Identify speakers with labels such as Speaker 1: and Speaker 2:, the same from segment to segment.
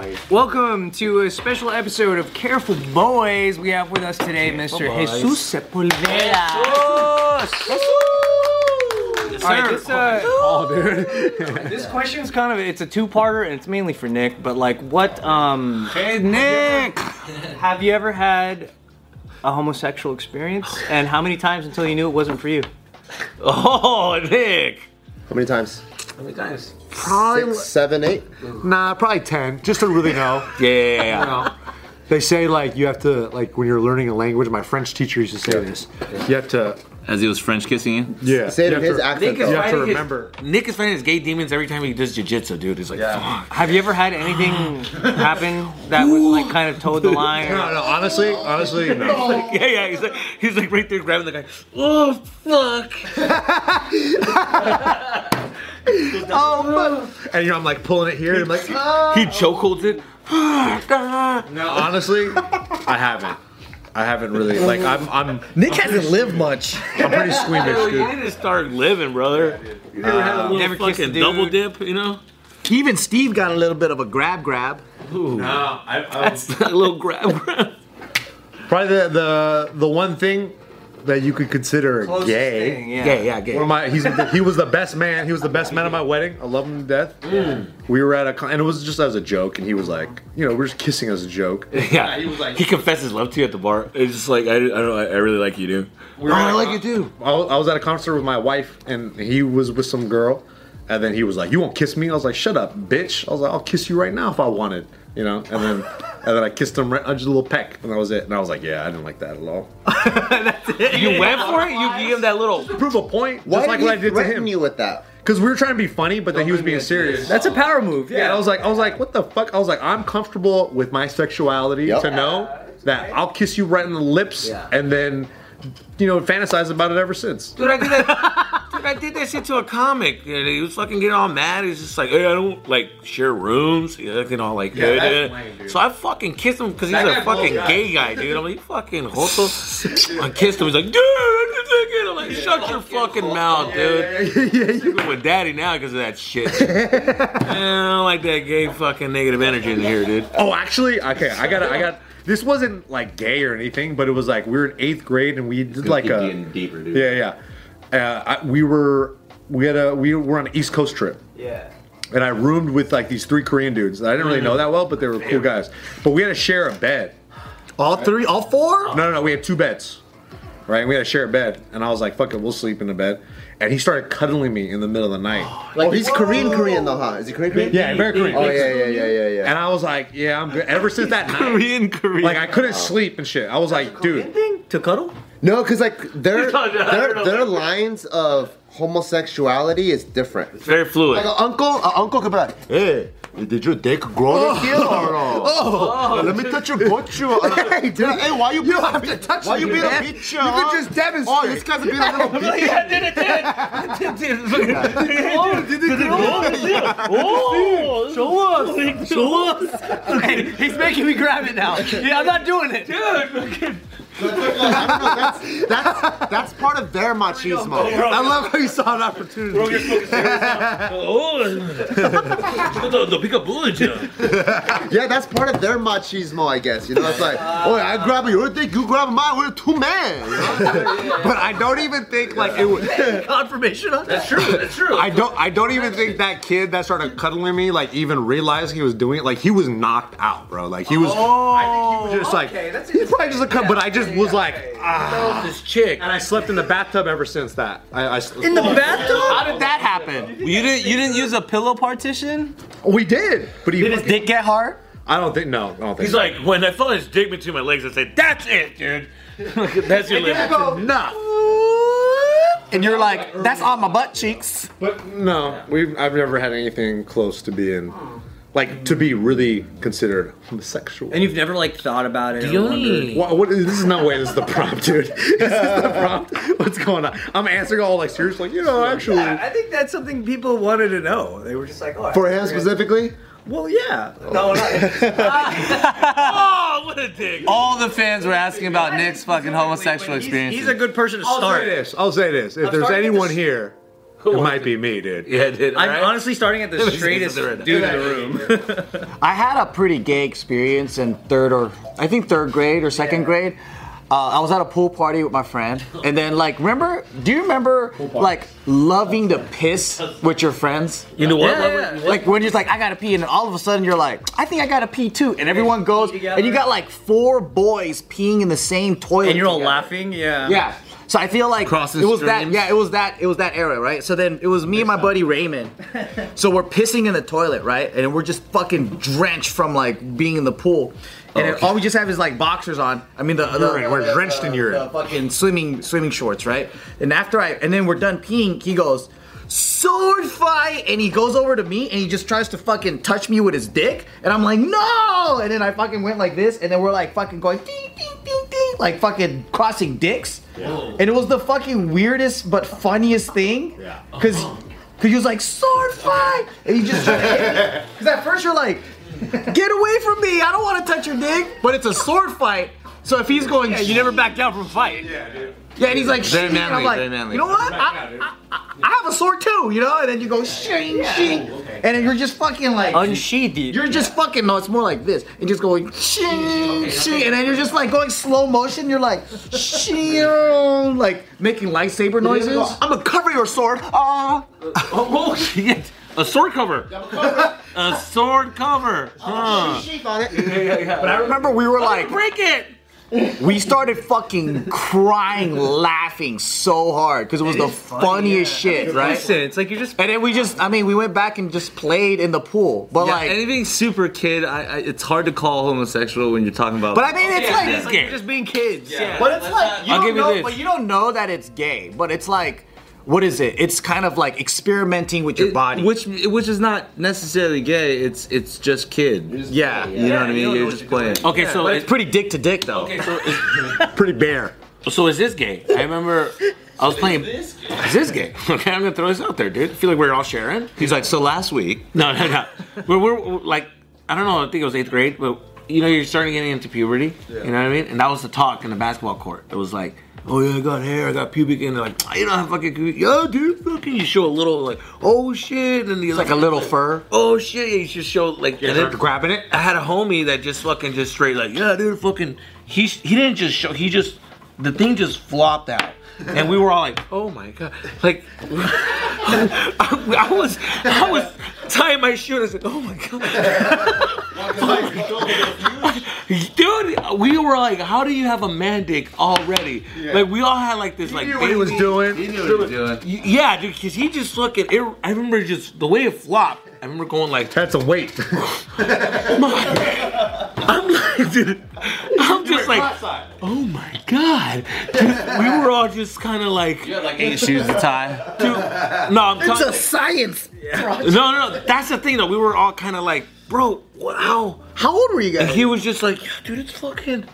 Speaker 1: Sorry.
Speaker 2: Welcome to a special episode of Careful Boys. We have with us today Mr.
Speaker 1: boys.
Speaker 2: Jesus Sepulveda. All right, this, uh,
Speaker 1: Oh, dude.
Speaker 2: this question's kind of it's a two-parter and it's mainly for Nick, but like what um Hey Nick, have you ever had a homosexual experience and how many times until you knew it wasn't for you? Oh, Nick.
Speaker 3: How many times?
Speaker 1: How many times?
Speaker 4: Probably,
Speaker 3: Six, seven, eight.
Speaker 4: nah, probably 10, just to really know.
Speaker 2: Yeah, yeah, yeah.
Speaker 4: They say, like, you have to, like, when you're learning a language, my French teacher used to say this. You have to,
Speaker 5: As he was French kissing you?
Speaker 4: yeah.
Speaker 3: Say it
Speaker 4: you
Speaker 3: in
Speaker 4: have
Speaker 3: his
Speaker 4: to-
Speaker 3: accent.
Speaker 4: You
Speaker 3: Though.
Speaker 4: have to
Speaker 1: Fighting his-
Speaker 4: remember.
Speaker 1: Nick is fighting his gay demons every time he does jiu-jitsu, dude. He's like,
Speaker 3: Yeah.
Speaker 1: fuck.
Speaker 2: Have you ever had anything happen that was like kind of toed the line? or-
Speaker 4: No, no, honestly, honestly, no.
Speaker 1: Yeah, yeah. He's like, he's like right there grabbing the guy. Oh, fuck.
Speaker 4: And, you know, I'm, like, pulling it here, and I'm like, ah.
Speaker 1: He chokeholds it.
Speaker 4: No, honestly, I haven't. I haven't really, like, I'm, I'm,
Speaker 3: Nick hasn't lived much.
Speaker 4: I'm pretty squeamish,
Speaker 1: You
Speaker 4: dude.
Speaker 1: need to start living, brother. Uh, you never had a little
Speaker 2: Never kissed a
Speaker 1: fucking
Speaker 2: dude.
Speaker 1: double dip, you know?
Speaker 3: Even Steve got a little bit of a grab grab.
Speaker 1: a little grab.
Speaker 4: Probably the, the, the one thing that you could consider
Speaker 2: Closest
Speaker 4: gay.
Speaker 2: thing, yeah.
Speaker 3: yeah, gay.
Speaker 4: One of my, he's he was the best man. He was the best man at my wedding. I love him to death. We were at a con- and it was just as a joke, and he was like, you know, we are just kissing as a joke.
Speaker 1: Yeah, he, confesses love to you at the bar. It's just like I, I don't know, I, I really like you, dude.
Speaker 4: oh, I like it too. I was, I was at a concert with my wife, and he was with some girl, and then he was like, you won't kiss me. I was like, shut up, bitch. I was like, I'll kiss you right now if I wanted, you know. And then and then I kissed him right, I just a little peck, and that was it. And I was like, yeah, I didn't like that at all.
Speaker 1: You went for it. You gave him that little.
Speaker 4: Prove a point,
Speaker 3: Why
Speaker 4: just like
Speaker 3: did
Speaker 4: what
Speaker 3: he
Speaker 4: I did to
Speaker 3: threaten
Speaker 4: him.
Speaker 3: you with that?
Speaker 4: Because we were trying to be funny, but then he was being serious.
Speaker 3: That's a power move.
Speaker 4: Yeah, and I was like, I was like, what the fuck? I was like, I'm comfortable with my sexuality
Speaker 3: Yep.
Speaker 4: to know that I'll kiss you right in the lips
Speaker 3: Yeah.
Speaker 4: and then, you know, fantasize about it ever since.
Speaker 1: Dude, I did that. dude, I did that shit to a comic, and he was fucking getting all mad. He's just like, "Hey, I don't like share rooms." He's acting all like, yeah, So I fucking kissed him because he's a fucking gay guy, dude. I'm like, "You fucking hoto." I kissed him. He's like, "Dude, I'm just thinking." I'm like, "Shut your fucking mouth, dude." Sleeping with daddy now because of that shit. Man, I don't like that gay fucking negative energy in here, dude.
Speaker 4: Oh, actually, okay, I got, I got. This wasn't like gay or anything, but it was like we were in eighth grade and we did like a.
Speaker 5: deeper, dude.
Speaker 4: Yeah, yeah. Uh, I, we were we had a we were on an East Coast trip. Yeah. And I roomed with like these three Korean dudes. that I didn't really know that well, but they were cool guys. But we had to share a bed.
Speaker 3: All three, all four?
Speaker 4: No, no, no. We had two beds, right? And we had to share a bed, and I was like, "Fuck it, we'll sleep in the bed." And he started cuddling me in the middle of the night.
Speaker 6: Oh,
Speaker 3: Like he's Korean, Korean though, huh? Is he Korean, Korean?
Speaker 4: yeah, very Korean.
Speaker 3: Oh yeah, yeah, yeah, yeah, yeah.
Speaker 4: And I was like, "Yeah, I'm good." Ever since that night,
Speaker 1: Korean, Korean.
Speaker 4: like I couldn't sleep and shit. I was like, "Dude,
Speaker 1: to cuddle.
Speaker 3: No, because like their
Speaker 1: No, no, I
Speaker 3: their
Speaker 1: don't know.
Speaker 3: their lines of homosexuality is different.
Speaker 1: Very fluid.
Speaker 3: Like an uncle, an uncle could be like, "Hey, did your dick grow up here or no?"
Speaker 4: let me touch your butt, you."
Speaker 3: Oh. hey, dude, hey, why you? You have to touch. Why you being a bitch? You could just demonstrate. Oh, this guy's being a little bitch.
Speaker 1: Yeah, I did it, I did it. Oh, did it Oh, show us. Show us.
Speaker 2: Hey, he's making me grab it now. Yeah, I'm not doing it.
Speaker 3: That's that's part of their
Speaker 4: Oh,
Speaker 6: Oh,
Speaker 3: machismo. I love how you saw an opportunity.
Speaker 1: Oh, the, the pick up bullet, yeah.
Speaker 3: Yeah, that's part of their machismo, I guess. You know, it's like, oh, I grab your dick, you grab mine. We're two men. you know? but I don't even think like it would.
Speaker 2: Confirmation on that.
Speaker 1: True, that's true.
Speaker 4: I don't. I don't even think that kid that started cuddling me, like, even realized he was doing it. Like, he was knocked out, bro. Like, he was. I think he was just like.
Speaker 2: that's
Speaker 4: He probably just a cut, but I just was like, ah.
Speaker 1: this chick.
Speaker 4: And I slept in the bathtub ever since that. I, Oh. I
Speaker 2: In the bathtub?
Speaker 1: How did that happen?
Speaker 2: You didn't you didn't use a pillow partition?
Speaker 4: we did, but he. fucking-
Speaker 2: dick get hard?
Speaker 4: I don't think. No, I don't think.
Speaker 1: He's
Speaker 4: so.
Speaker 1: like, when I felt his dick between my legs, I said, that's it, dude. that's your lip.
Speaker 4: nah.
Speaker 2: And you're like, that's on my butt cheeks.
Speaker 4: But no, we've. I've never had anything close to being, like, to be really considered homosexual.
Speaker 7: And you've never like thought about it. or wondered-
Speaker 4: What, what is, this is not way. This is the prompt, dude. This is the prompt. What's going on? I'm answering all like seriously. You know, actually,
Speaker 7: I think that's something people wanted to know. They were just like, oh, I-
Speaker 3: For him specifically,
Speaker 7: well, yeah. No, not.
Speaker 1: Oh, what a dick.
Speaker 2: All the fans were asking about Nick's fucking homosexual experiences.
Speaker 7: He's a good person to
Speaker 4: I'll
Speaker 7: start.
Speaker 4: say this. I'll say this. If there's
Speaker 7: starting with
Speaker 4: anyone
Speaker 7: the-
Speaker 4: here It might be me, dude.
Speaker 1: Yeah, dude.
Speaker 7: I'm
Speaker 1: right?
Speaker 7: honestly starting at the
Speaker 1: This is
Speaker 7: straightest
Speaker 1: the red-
Speaker 7: dude in the room.
Speaker 5: I had a pretty gay experience in third or I think third grade or second grade. Uh, I was at a pool party with my friend, and then like, remember? Do you remember like loving to piss with your friends?
Speaker 1: You know what?
Speaker 7: Yeah,
Speaker 1: what-
Speaker 7: yeah.
Speaker 1: what-
Speaker 5: Like when you're just like, I gotta pee, and then all of a sudden you're like, I think I gotta pee too, and everyone goes, and you got like four boys peeing in the same toilet,
Speaker 7: And you're all
Speaker 5: together.
Speaker 7: laughing, yeah.
Speaker 5: Yeah. So I feel like
Speaker 1: Crossing
Speaker 5: it was that.
Speaker 1: streams.
Speaker 5: Yeah, it was that. It was that era, right? So then it was me and my buddy Raymond. So we're pissing in the toilet, right? And we're just fucking drenched from like being in the pool. And then all we just have is like boxers on. I mean the, the
Speaker 4: Urine. We're
Speaker 5: the-
Speaker 4: drenched Oh, in
Speaker 5: the-
Speaker 4: urine.
Speaker 5: the fucking swimming swimming shorts, right? And after I and then we're done peeing, he goes sword fight and he goes over to me and he just tries to fucking touch me with his dick and I'm like no and then I fucking went like this and then we're like fucking going ding ding ding ding like fucking crossing dicks and it was the fucking weirdest but funniest thing
Speaker 4: Yeah.
Speaker 5: because because he was like sword fight and he just because at first you're like get away from me I don't want to touch your dick but it's a sword fight so if he's going
Speaker 2: You never back down from a fight.
Speaker 5: yeah, and he's like,
Speaker 1: Very
Speaker 5: shing. and
Speaker 1: manly,
Speaker 5: I'm like,
Speaker 1: very manly.
Speaker 5: you know what? I, I, I, I have a sword too, you know? And then you go, shing, shing. And then you're just fucking like,
Speaker 2: Unsheathed.
Speaker 5: you're just fucking, no, it's more like this. And just going, shing, shing. And then you're just like going slow motion. You're like, shing, like making lightsaber noises. I'm gonna cover your sword. Ah.
Speaker 1: Oh, shit. A sword cover. a sword cover. Huh.
Speaker 5: But I remember we were like,
Speaker 1: Break it.
Speaker 5: we started fucking crying, laughing so hard because it was the funniest shit, right?
Speaker 2: Listen, it's like you're just.
Speaker 5: And then we just, I mean, we went back and just played in the pool. But
Speaker 8: Yeah,
Speaker 5: like,
Speaker 8: anything super kid, I, I, it's hard to call homosexual when you're talking about.
Speaker 5: but I mean, it's like,
Speaker 2: It's like you're just being kids. Yeah.
Speaker 5: but it's like, you
Speaker 8: I'll
Speaker 5: don't
Speaker 8: give you
Speaker 5: know,
Speaker 8: this.
Speaker 5: but you don't know that it's gay. But it's like, what is it? It's kind of like experimenting with your
Speaker 8: It-
Speaker 5: body.
Speaker 8: which which is not necessarily gay. It's it's just kid.
Speaker 5: yeah.
Speaker 8: You know what I mean? You're just playing.
Speaker 1: Okay, so
Speaker 5: But it's pretty dick to dick though.
Speaker 1: okay, so is,
Speaker 4: Pretty bare.
Speaker 1: so is this gay? I remember I was playing. Is this gay? Okay, I'm gonna throw this out there, dude. I feel like we're all sharing.
Speaker 5: He's like, so last week.
Speaker 1: No, no, no. But we're, we're like, I don't know. I think it was eighth grade, but you know, you're starting getting into puberty. You know what I mean? And that was the talk in the basketball court. It was like, oh yeah, I got hair, I got pubic, and they're like, "Ah, you don't have fucking pubic. Yo, dude, fucking. You show a little like, oh shit, and you're
Speaker 5: Like a little fur.
Speaker 1: Oh shit! Yeah, you should show like and then-
Speaker 5: grabbing it.
Speaker 1: I had a homie that just fucking just straight like, yeah, dude, fucking. He he didn't just show. He just the thing just flopped out, and we were all like, oh my god, like. I, I was I was tying my shoe. And I said, oh my god, dude, we were like, how do you have a man dick already? Like we all had like this like
Speaker 4: What he was
Speaker 1: baby-
Speaker 4: doing?
Speaker 1: Y- Yeah, dude, because he just fucking. It, I remember just the way it flopped. I remember going like.
Speaker 4: That's a weight.
Speaker 1: I'm like, dude, I'm just like, oh my god. Dude, we were all just kind of like,
Speaker 8: like eight shoes to tie.
Speaker 1: dude, no, I'm talking.
Speaker 5: science.
Speaker 1: No, no, no, that's the thing though. We were all kind of like, bro, wow.
Speaker 5: How old were you
Speaker 1: And
Speaker 5: guys?
Speaker 1: he was just like, yeah, dude, it's fucking.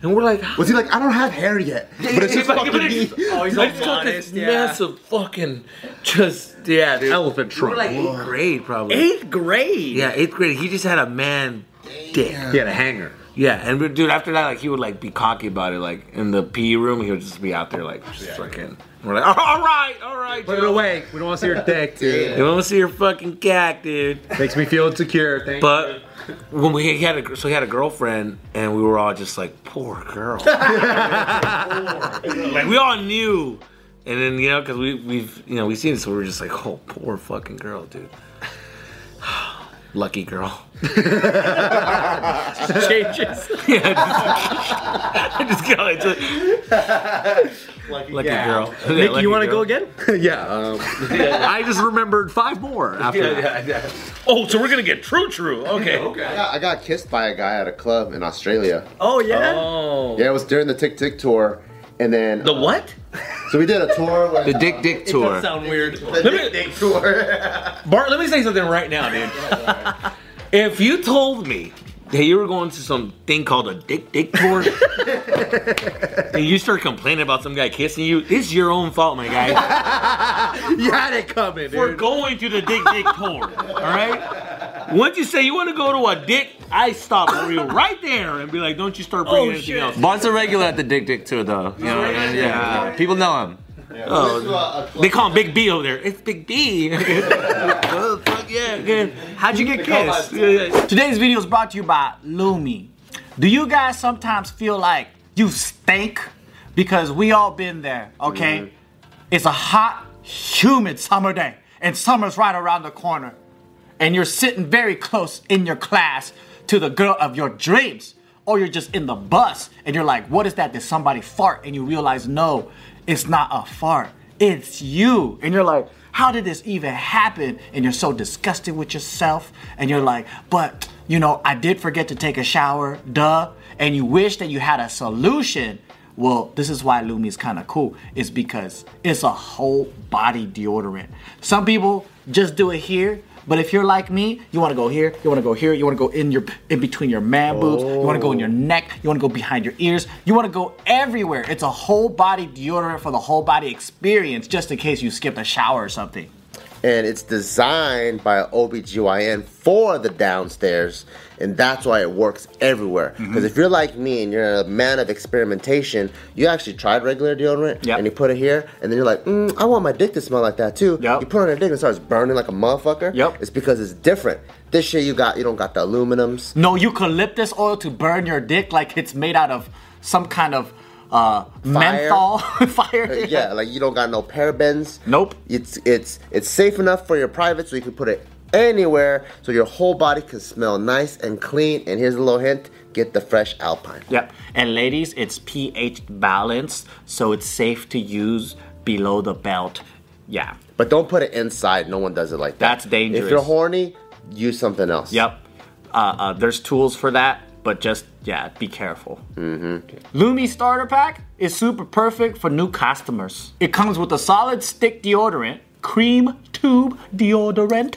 Speaker 1: And we're like,
Speaker 3: Was he like, I don't have hair yet, but it's
Speaker 1: He's
Speaker 3: just
Speaker 1: like,
Speaker 3: fucking
Speaker 1: but it's-
Speaker 3: me.
Speaker 7: Oh, he's
Speaker 1: it's
Speaker 7: like
Speaker 1: like
Speaker 7: honest,
Speaker 1: this
Speaker 7: yeah.
Speaker 1: massive fucking, just yeah, dude.
Speaker 4: Elephant
Speaker 1: We were
Speaker 4: trunk.
Speaker 1: like eighth grade probably.
Speaker 7: Eighth grade.
Speaker 1: Yeah, eighth grade. He just had a man dick.
Speaker 4: He had a hanger.
Speaker 1: Yeah, and but, dude, after that, like he would like be cocky about it, like in the PE room, he would just be out there like just fucking. We're like, all right, all right,
Speaker 4: Put it away. We don't want to see your dick, dude.
Speaker 1: You want to see your fucking cat, dude?
Speaker 4: Makes me feel insecure. Thank
Speaker 1: But when we he had a so he had a girlfriend, and we were all just like, poor girl. like we all knew, and then you know because we we've you know we seen it, so we were just like, oh, poor fucking girl, dude. Lucky girl.
Speaker 7: Changes.
Speaker 1: Yeah, I just go into lucky, girl. Yeah,
Speaker 7: Nick,
Speaker 1: lucky
Speaker 7: you want to go
Speaker 1: girl.
Speaker 7: again?
Speaker 4: yeah. Um,
Speaker 5: I just remembered five more. After
Speaker 1: Oh, so we're gonna get true, true. Okay.
Speaker 3: Yeah, I got kissed by a guy at a club in Australia.
Speaker 7: Oh yeah.
Speaker 8: Oh.
Speaker 3: Yeah, it was during the Tick Tick tour, and then
Speaker 1: The what?
Speaker 3: so we did a tour with
Speaker 5: the Dick Dick tour.
Speaker 7: Sound weird.
Speaker 3: the Dick Dick tour.
Speaker 1: Bart, let me say something right now, dude. if you told me that you were going to some thing called a dick dick tour, and you start complaining about some guy kissing you, it's your own fault, my guy.
Speaker 4: you had it coming,
Speaker 1: we're
Speaker 4: dude.
Speaker 1: going to the dick dick tour, all right? Once you say you want to go to a dick, I stop you right there and be like, don't you start bringing
Speaker 7: Oh,
Speaker 1: anything
Speaker 7: shit.
Speaker 1: else.
Speaker 8: Bart's a regular at the Dick Dick tour, though. You know what I mean? Yeah. People know him.
Speaker 1: Oh, they call him Big B over there. It's Big B. oh, fuck yeah, good.
Speaker 5: How'd you get kissed? Today's video is brought to you by Lumi. Do you guys sometimes feel like you stink? Because we all been there, okay? It's a hot, humid summer day, and summer's right around the corner. And you're sitting very close in your class to the girl of your dreams. Or you're just in the bus and you're like, what is that? Did somebody fart? And you realize, no, it's not a fart, it's you. And you're like, how did this even happen? And you're so disgusted with yourself. And you're like, but you know, I did forget to take a shower, duh. And you wish that you had a solution. Well, this is why Lumi's kind of cool, is because it's a whole body deodorant. Some people just do it here, but if you're like me, you want to go here, you want to go here, you want to go in your in between your man boobs, you want to go in your neck, you want to go behind your ears, you want to go everywhere. It's a whole body deodorant for the whole body experience, just in case you skip a shower or something.
Speaker 6: and it's designed by an OBGYN for the downstairs, and that's why it works everywhere.
Speaker 5: Mm-hmm.
Speaker 6: Because if you're like me and you're a man of experimentation, you actually tried regular deodorant
Speaker 5: Yep.
Speaker 6: and you put it here, and then you're like, mm, I want my dick to smell like that too.
Speaker 5: Yep.
Speaker 6: You put on your dick and it starts burning like a motherfucker.
Speaker 5: Yep.
Speaker 6: It's because it's different. This shit you got, you don't got the aluminums.
Speaker 5: No eucalyptus oil to burn your dick like it's made out of some kind of uh, menthol fire.
Speaker 6: Uh, yeah, like you don't got no parabens.
Speaker 5: Nope.
Speaker 6: It's it's it's safe enough for your private, so you can put it anywhere, so your whole body can smell nice and clean. And here's a little hint: get the fresh Alpine.
Speaker 5: Yep. And ladies, it's pH balanced, so it's safe to use below the belt. Yeah.
Speaker 6: But don't put it inside. No one does it like that.
Speaker 5: That's dangerous.
Speaker 6: If you're horny, use something else.
Speaker 5: Yep. Uh, uh, there's tools for that, but just, yeah, be careful.
Speaker 2: Mm-hmm.
Speaker 5: Lumi Starter Pack is super perfect for new customers. It comes with a solid stick deodorant, cream tube deodorant,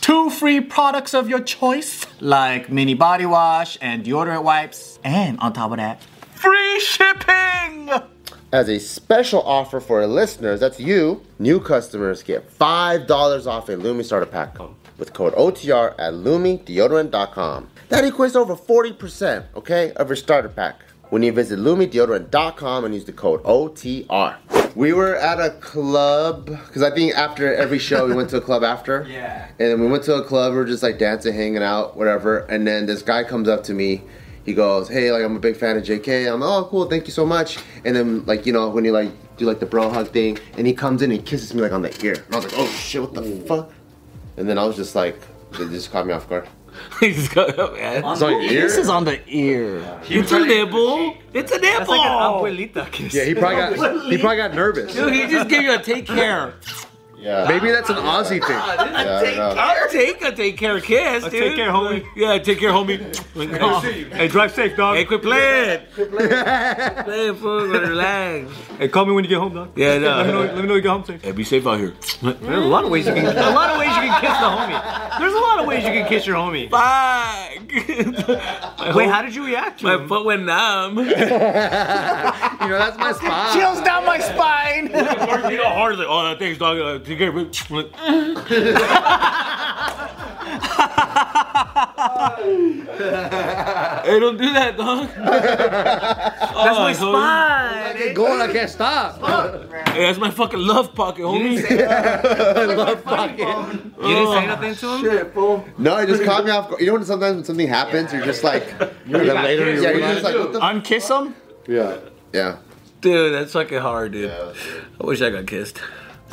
Speaker 5: two free products of your choice, like mini body wash and deodorant wipes, and on top of that, free shipping!
Speaker 6: As a special offer for our listeners, that's you, new customers get five dollars off a Lumi starter pack with code OTR at LumiDeodorant.com. That equates to over forty percent, okay, of your starter pack when you visit LumiDeodorant.com and use the code OTR. We were at a club because I think after every show we went to a club after. Yeah. And then we went to a club. We were just like dancing, hanging out, whatever. And then this guy comes up to me. He goes, "Hey, like I'm a big fan of JK." I'm like, "Oh, cool, thank you so much." And then like you know when you like do like the bro hug thing, and he comes in and kisses me like on the ear, and I was like, "Oh shit, what the fuck?" And then I was just like, "It just caught me off guard."
Speaker 1: He's got, oh, yeah.
Speaker 4: It's on your ear?
Speaker 5: is on the ear.
Speaker 1: It's a nibble. It's a nibble.
Speaker 2: abuelita kiss.
Speaker 4: Yeah, he probably got he probably got nervous.
Speaker 1: Dude, he just gave you a take care.
Speaker 6: Yeah.
Speaker 4: Maybe that's an Aussie thing.
Speaker 6: Yeah, I know.
Speaker 1: I'll take a take care kiss, dude.
Speaker 2: take care, homie.
Speaker 1: Yeah, take care, homie. Like, oh.
Speaker 2: Hey, drive safe, dog.
Speaker 1: Hey, quit playing. Quit playing. playing, fool. Relax.
Speaker 2: Hey, call me when you get home, dog.
Speaker 1: Yeah,
Speaker 2: Let me know,
Speaker 1: no.
Speaker 2: let me know you get home safe.
Speaker 1: Hey, be safe out here.
Speaker 2: There's a lot of ways you can. A lot of ways you can kiss the homie. There's a lot of ways you can kiss your homie.
Speaker 1: Fuck.
Speaker 2: Wait, how did you react to
Speaker 1: My
Speaker 2: him?
Speaker 1: foot went numb.
Speaker 4: You know, that's my spot.
Speaker 5: Chills down my spine!
Speaker 1: you know, hard. Like, oh, thanks, dog. Uh, take care. Like, hey, don't do that, dog. Oh, That's my spot.
Speaker 4: I get going, I can't stop.
Speaker 1: Hey, that's my fucking love pocket, homie.
Speaker 2: You didn't say nothing to him.
Speaker 6: No, it just caught me off guard. You know when sometimes when something happens, you're just like, you're
Speaker 4: got
Speaker 6: later.
Speaker 4: kids.
Speaker 6: Yeah,
Speaker 4: What
Speaker 6: you're
Speaker 4: do you
Speaker 6: just like, what the? F-?
Speaker 5: Unkiss him?
Speaker 4: Yeah.
Speaker 6: Yeah.
Speaker 1: Dude, that's fucking hard, dude. I wish I got kissed.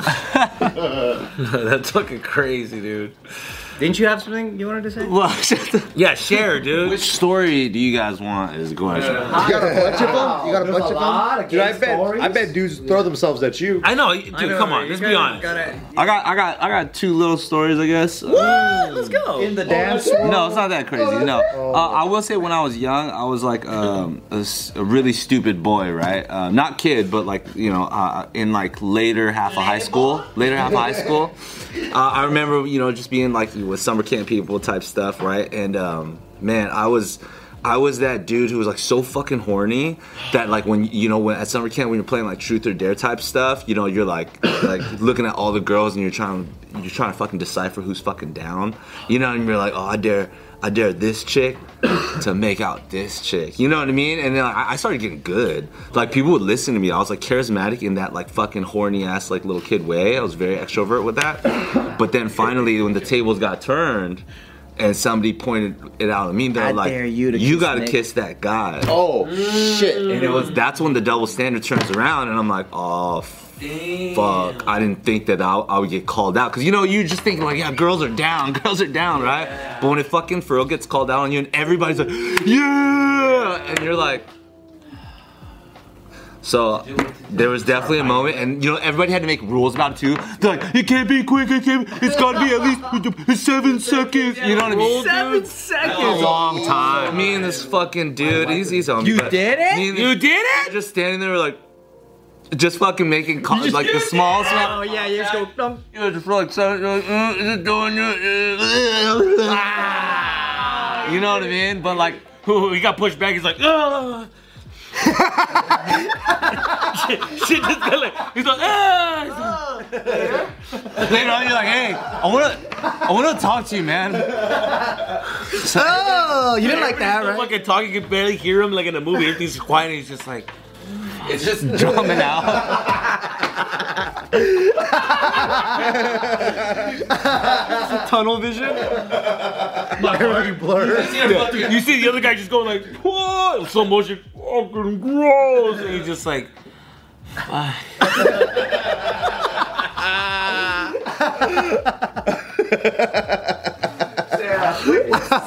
Speaker 1: that's fucking crazy, dude.
Speaker 2: Didn't you have something you wanted to say?
Speaker 8: Well, shut the-
Speaker 1: Yeah, share, dude.
Speaker 8: Which story do you guys want is going to
Speaker 6: You got a bunch of them. You got a bunch of them.
Speaker 4: Dude, I bet I bet dudes throw themselves at you.
Speaker 1: I know, dude. come on, let's be honest.
Speaker 8: I got I got I got two little stories, I guess.
Speaker 1: Let's go. Oh,
Speaker 5: In the dance.
Speaker 8: No, it's not that crazy. No, uh, I will say when I was young, I was like um, a, s- a really stupid boy, right? Uh, not kid, but like you know, uh, in like later half of high school, later half of high school, uh, I remember you know just being like with summer camp people type stuff, right? And um, man, I was I was that dude who was like so fucking horny that like when you know when at summer camp when you're playing like truth or dare type stuff, you know you're like like looking at all the girls and you're trying you're trying to fucking decipher who's fucking down, you know, and you're like oh I dare I dare this chick to make out this chick, you know what I mean? And then like, I I started getting good, like people would listen to me. I was like charismatic in that like fucking horny ass like little kid way. I was very extrovert with that, but then finally when the tables got turned and somebody pointed it out at me. They're
Speaker 5: I
Speaker 8: like,
Speaker 5: dare you to kiss
Speaker 8: gotta
Speaker 5: Nick."
Speaker 8: kiss that guy."
Speaker 6: Oh shit!
Speaker 8: And it was that's when the double standard turns around, and I'm like, "Oh." f- Fuck! I didn't think that I, I would get called out because you know you just thinking like, yeah, girls are down, girls are down, right? But when it fucking for real gets called out on you and everybody's like, yeah, and you're like, so there was definitely a moment, and you know everybody had to make rules about it too. They're like, it can't be quick, it can't. It's got to be at least seven seconds. You know what I mean?
Speaker 7: Seven
Speaker 8: a
Speaker 7: seconds.
Speaker 8: long time. Me and this fucking dude, he's, he's on.
Speaker 5: You did it?
Speaker 8: you did it? Just standing there like, just fucking making calls, like the small small.
Speaker 7: Oh yeah, you just go. Dum.
Speaker 8: You know, just like, so, like uh, is it doing you? uh, ah. you know what I mean? But like,
Speaker 1: Ooh, he got pushed back. He's like, ah. shit, shit just got like, he's like, ah. He's like,
Speaker 8: later on, you're like, hey, I wanna, I wanna talk to you, man.
Speaker 5: Oh, you didn't like that,
Speaker 1: still
Speaker 5: right?
Speaker 1: fucking talking. You can barely hear him like in a movie. Everything's quiet. And he's just like,
Speaker 8: It's just drumming out.
Speaker 2: Tunnel vision.
Speaker 1: you see the other guy just going like, whoa, slow motion, fucking gross. And he's just like,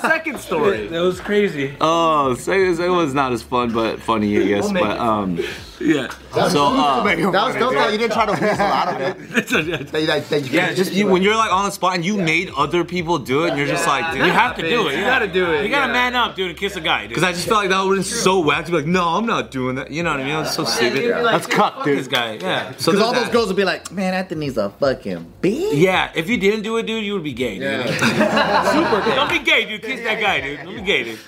Speaker 2: Second story.
Speaker 1: that was crazy.
Speaker 8: Oh, so it was, it was not as fun, but funny, I guess. but um,
Speaker 1: Yeah.
Speaker 8: so uh,
Speaker 6: That was dope. That you didn't try to weasel out of it. That you, that, that you
Speaker 8: Yeah, just you, when you're like on the spot and you made other people do it, and you're just like, dude,
Speaker 1: You have to do it.
Speaker 2: You
Speaker 1: yeah.
Speaker 2: gotta do it.
Speaker 1: You gotta
Speaker 2: yeah.
Speaker 1: man up, dude, and kiss a guy, dude.
Speaker 8: Because I just felt like that would have been so whack to be like, no, I'm not doing that. You know what I mean? I was so stupid. That's cuck,
Speaker 1: this
Speaker 8: dude.
Speaker 1: guy, yeah.
Speaker 8: So
Speaker 5: Because
Speaker 8: there's
Speaker 5: all those
Speaker 8: that.
Speaker 5: girls would be like, man, Anthony's a fucking bitch.
Speaker 1: Yeah, if you didn't do it, dude, you would be gay. Dude. Super gay. Don't be gay, dude. Kiss that guy, dude. Don't be gay, dude.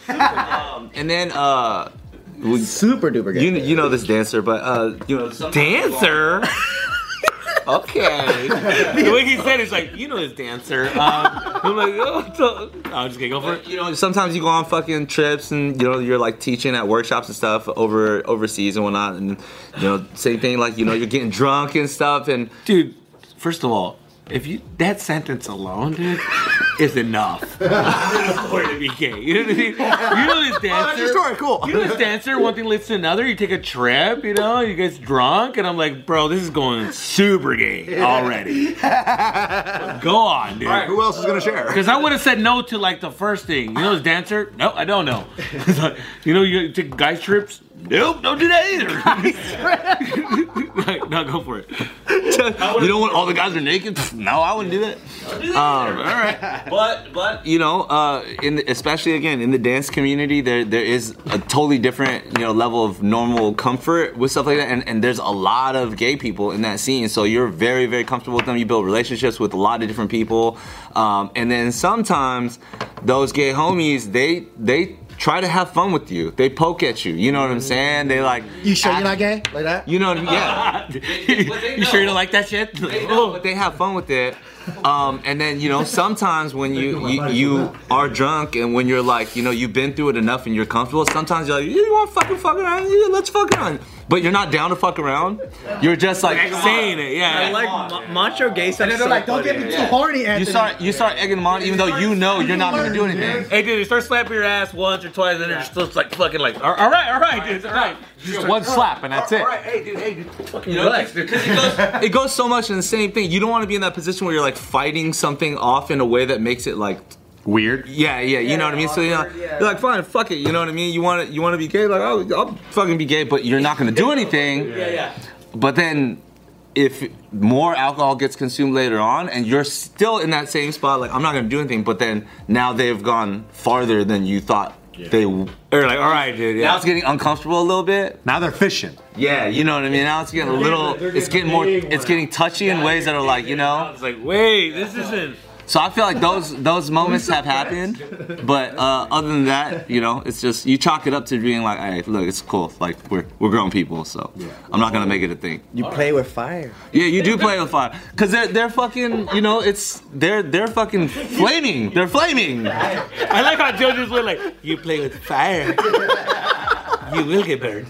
Speaker 8: And then, uh, we,
Speaker 5: Super duper gay.
Speaker 8: you, you know this dancer, but, uh, you know, some-
Speaker 1: Dancer.
Speaker 8: okay.
Speaker 1: the way he said it's like, you know this dancer. Um, I'm like, oh, what the- No, I'm just gonna go for it.
Speaker 8: You know, sometimes you go on fucking trips and you know you're like teaching at workshops and stuff over overseas and whatnot, and you know same thing like you know you're getting drunk and stuff, and
Speaker 1: dude. First of all, if you that sentence alone, dude, is enough Oh, for it to be gay. You know what I mean? You know this dancer.
Speaker 5: story, cool.
Speaker 1: You know this dancer. One thing leads to another. You take a trip. You know, you guys drunk, and I'm like, bro, this is going super gay already. go on, dude.
Speaker 4: Who else is gonna share?
Speaker 1: Because I would have said no to like the first thing. You know this dancer? No, I don't know. It's like, you know you take guys trips? Nope, don't do that either. like, no, go for it.
Speaker 8: you know when all the guys are naked? Pff, No, I wouldn't do that. Um, all right, but but you know, uh, in the, especially again in the dance community, there there is a totally different you know level of normal comfort with stuff like that, and and there's a lot of gay people in that scene, so you're very very comfortable with them. You build relationships with a lot of different people, um, and then sometimes those gay homies they they try to have fun with you. They poke at you. You know what I'm saying? They like
Speaker 5: You sure you're not gay? Like that?
Speaker 8: you know what I mean? Yeah.
Speaker 1: you sure you don't like that shit?
Speaker 8: Oh, but they have fun with it. Um, and then you know, sometimes when you, you you are drunk and when you're like, you know, you've been through it enough and you're comfortable. Sometimes you're like, you want to fucking fuck around? Yeah, let's fuck around. But you're not down to fuck around. You're just like
Speaker 1: Saying it, yeah.
Speaker 7: I like ma- macho gay stuff.
Speaker 5: They're like, don't get me too horny,
Speaker 8: You
Speaker 5: Anthony.
Speaker 8: start you start egging them on, even though you know you're not gonna do anything.
Speaker 1: Hey, dude, you start slapping your ass once or twice, and then you're just like fucking like, all all right, all right, dude, it's all right.
Speaker 8: Just one slap and that's it.
Speaker 1: You know, like,
Speaker 8: It goes so much in the same thing. You don't want to be in that position where you're like fighting something off in a way that makes it like
Speaker 4: Weird.
Speaker 8: Yeah, yeah, you know what I mean. So you know, you're like, fine, fuck it. You know what I mean. You want to, you want to be gay, like, I'll, I'll fucking be gay, but you're not gonna do anything. yeah, yeah. But then, if more alcohol gets consumed later on, and you're still in that same spot, like, I'm not gonna do anything. But then now they've gone farther than you thought they. w-
Speaker 1: or like, all right, dude,
Speaker 8: Now
Speaker 1: yeah.
Speaker 8: it's getting uncomfortable a little bit.
Speaker 4: Now they're fishing.
Speaker 8: Yeah, you know what I mean. Now it's getting a little. It's getting more. It's getting touchy in ways that are like, you know.
Speaker 1: It's like, wait, this isn't.
Speaker 8: So I feel like those those moments have happened, but uh, other than that, you know, it's just you chalk it up to being like, hey, look, it's cool. Like we're we're grown people, so I'm not gonna make it a thing.
Speaker 7: You play with fire.
Speaker 8: Yeah, you do play with fire, cause they're they're fucking, you know, it's they're they're fucking flaming. They're flaming.
Speaker 1: I like how judges were like, you play with fire. You will get burned.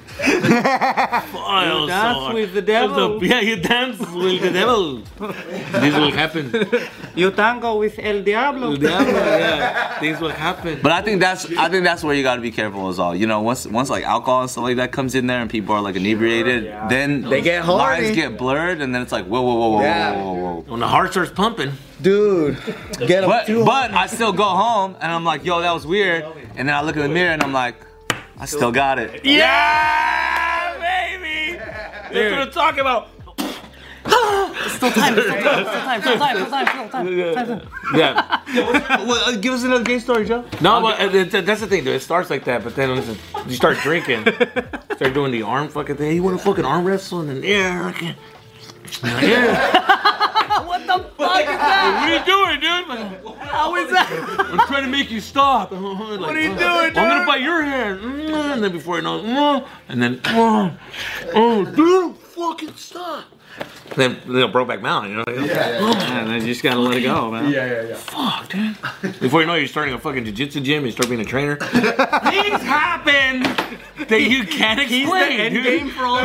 Speaker 1: Fire
Speaker 2: dance
Speaker 1: sword.
Speaker 2: with the devil.
Speaker 1: yeah, you dance with the devil. this will happen.
Speaker 2: You tango with El Diablo.
Speaker 1: The devil, yeah. Things will happen.
Speaker 8: But I think that's I think that's where you gotta be careful as all. You know, once once like alcohol and stuff like that comes in there and people are like inebriated, then they
Speaker 5: get horny.
Speaker 8: lines get blurred and then it's like whoa whoa whoa whoa
Speaker 5: Yeah.
Speaker 8: whoa whoa whoa.
Speaker 1: when the heart starts pumping,
Speaker 5: Dude, get him
Speaker 8: But
Speaker 5: too
Speaker 8: but I still go home and I'm like, yo, that was weird. And then I look in the mirror and I'm like, I still got it.
Speaker 1: yeah, baby. That's what I'm talking about. Yeah.
Speaker 8: Well, uh, give us another gay story, Joe.
Speaker 1: No, but uh, th- th- that's the thing, dude. It starts like that, but then listen, you start drinking. start doing the arm fucking thing. You want to fucking arm wrestle and then, yeah, I can. Yeah. what the fuck is that? What are you doing, dude?
Speaker 2: How is that?
Speaker 1: I'm trying to make you stop. what
Speaker 2: are you doing,
Speaker 1: I'm gonna bite your hand. Mm, And then before you know, it, mm, and then, mm, oh, dude, fucking stop. Then, you know, Brokeback Mountain, you know? mm-hmm.
Speaker 2: And then you just gotta let it go, man.
Speaker 4: Yeah, yeah, yeah.
Speaker 1: Fuck, dude. Before you know, it, you're starting a fucking jiu-jitsu gym. You start being a trainer. Things happen that you can't explain. He's the end dude. game for all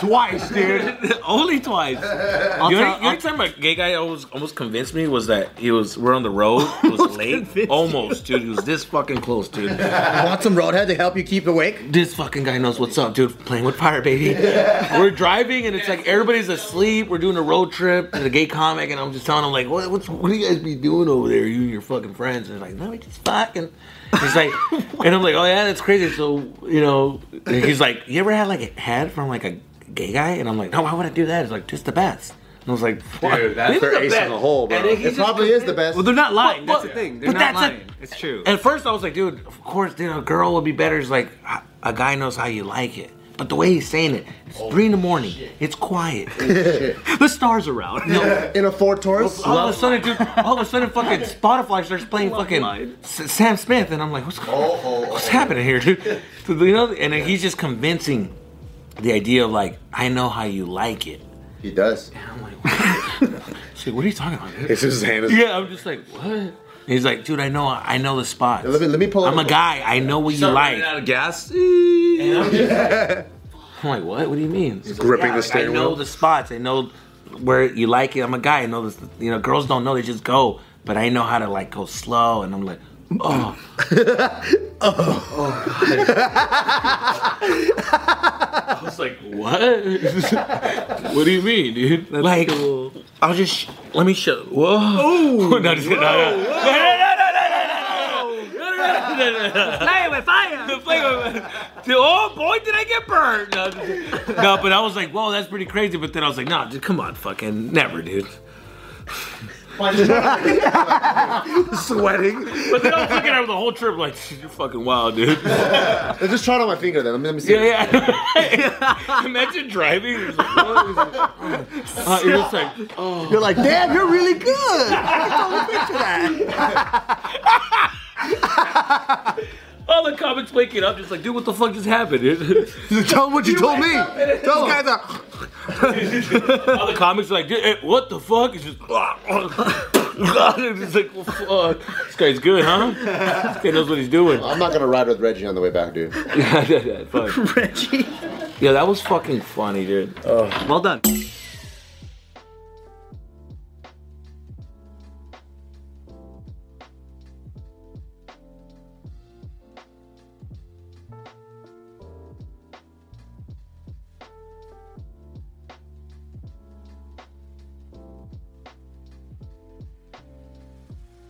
Speaker 1: Twice, dude. Only twice. The only, the only time a gay guy almost almost convinced me was that he was we're on the road. It was late. Almost, dude. He was this fucking close, dude.
Speaker 5: Want some roadhead to help you keep awake?
Speaker 1: this fucking guy knows what's up, dude. Playing with fire, baby. We're driving and it's like everybody's asleep. We're doing a road trip to the gay comic, and I'm just telling him like, what, what's, what do you guys be doing over there, you and your fucking friends? And he's like, no, we just fucking. He's like, and I'm like, oh yeah, that's crazy. So you know, and he's like, you ever had like a head from like a gay guy? And I'm like, no, why would I do that? He's like, just the best. And I was like, what?
Speaker 4: Dude, that's
Speaker 1: This is
Speaker 4: their ace in
Speaker 1: best.
Speaker 4: the hole, bro.
Speaker 1: And then he
Speaker 3: It
Speaker 1: just-
Speaker 3: probably is the best.
Speaker 2: Well, they're not lying.
Speaker 1: But-
Speaker 2: That's the
Speaker 1: but-
Speaker 2: thing. They're
Speaker 1: but
Speaker 2: not
Speaker 1: that's a-
Speaker 2: lying. It's true.
Speaker 1: At first, I was like, dude, of course, you know, a girl would be better. It's like, a- a guy knows how you like it. But the way he's saying it, it's three in the morning. It's quiet.
Speaker 2: The stars are out.
Speaker 6: Mm.
Speaker 3: In a Ford Taurus?
Speaker 1: all of a sudden, dude, all of a sudden, fucking Spotify starts playing fucking S- Sam Smith, and I'm like, what's,
Speaker 6: Oh.
Speaker 1: what's happening here, dude? So, you know, and then he's just convincing the idea of like, I know how you like it.
Speaker 6: He does.
Speaker 1: It's like, what are you talking about? dude?
Speaker 4: It's just hand is
Speaker 1: Yeah, I'm just like, what? He's like, dude, I know, I know the spots.
Speaker 6: Let me let me pull.
Speaker 1: I'm a
Speaker 6: up-
Speaker 1: guy. I know what you like.
Speaker 8: out of gas.
Speaker 1: I'm like, what? What do you mean? He's
Speaker 4: gripping the
Speaker 1: I
Speaker 4: steering
Speaker 1: know
Speaker 4: wheel.
Speaker 1: the spots. I know where you like it. I'm a guy. I know this. You know, girls don't know. They just go. But I know how to like go slow. And I'm like, oh, oh, oh God. I was like, what? what do you mean, dude? like, I'll just sh- let me show. Whoa! no, just kidding. No, no. No, no, no, no, no, no, no, no, no, no, no, no, no.
Speaker 2: Play with fire.
Speaker 1: The flavor. Oh boy, did I get burned! No, just- no, but I was like, whoa, that's pretty crazy. But then I was like, nah, dude, come on, fucking never, dude.
Speaker 4: sweating.
Speaker 1: But then I was looking at her the whole trip, like, you're fucking wild, dude.
Speaker 6: Let's just try it on my finger then. Let me, let me see.
Speaker 1: Yeah, yeah. Imagine driving. It was like, what? It was like, oh. Uh, it was like,
Speaker 5: You're like, damn, you're really good.
Speaker 1: all the comics waking up, just like, dude, what the fuck just happened, dude?
Speaker 3: Tell him what you, told me. Tell him.
Speaker 1: all the comics are like, dude, eh, what the fuck? It's just, it's just like, well, fuck. This guy's good, huh? This guy knows what he's doing.
Speaker 6: I'm not gonna ride with Reggie on the way back, dude.
Speaker 1: yeah, yeah, yeah, fuck.
Speaker 7: Reggie.
Speaker 1: Yeah, that was fucking funny, dude.
Speaker 2: Well done.